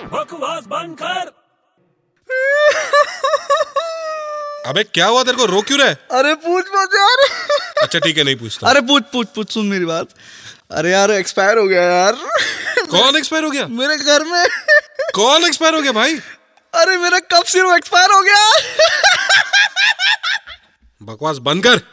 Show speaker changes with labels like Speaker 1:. Speaker 1: आवाज बंद कर
Speaker 2: अबे क्या हुआ तेरे को रो क्यों रहे
Speaker 3: अरे पूछ मत यार
Speaker 2: अच्छा ठीक है नहीं पूछता
Speaker 3: अरे पूछ पूछ पूछ सुन मेरी बात अरे यार एक्सपायर हो गया यार
Speaker 2: कौन एक्सपायर हो गया
Speaker 3: मेरे घर में अरे
Speaker 2: कौन एक्सपायर हो गया भाई
Speaker 3: मेरा कप सिर्फ एक्सपायर हो गया
Speaker 2: बकवास बंद कर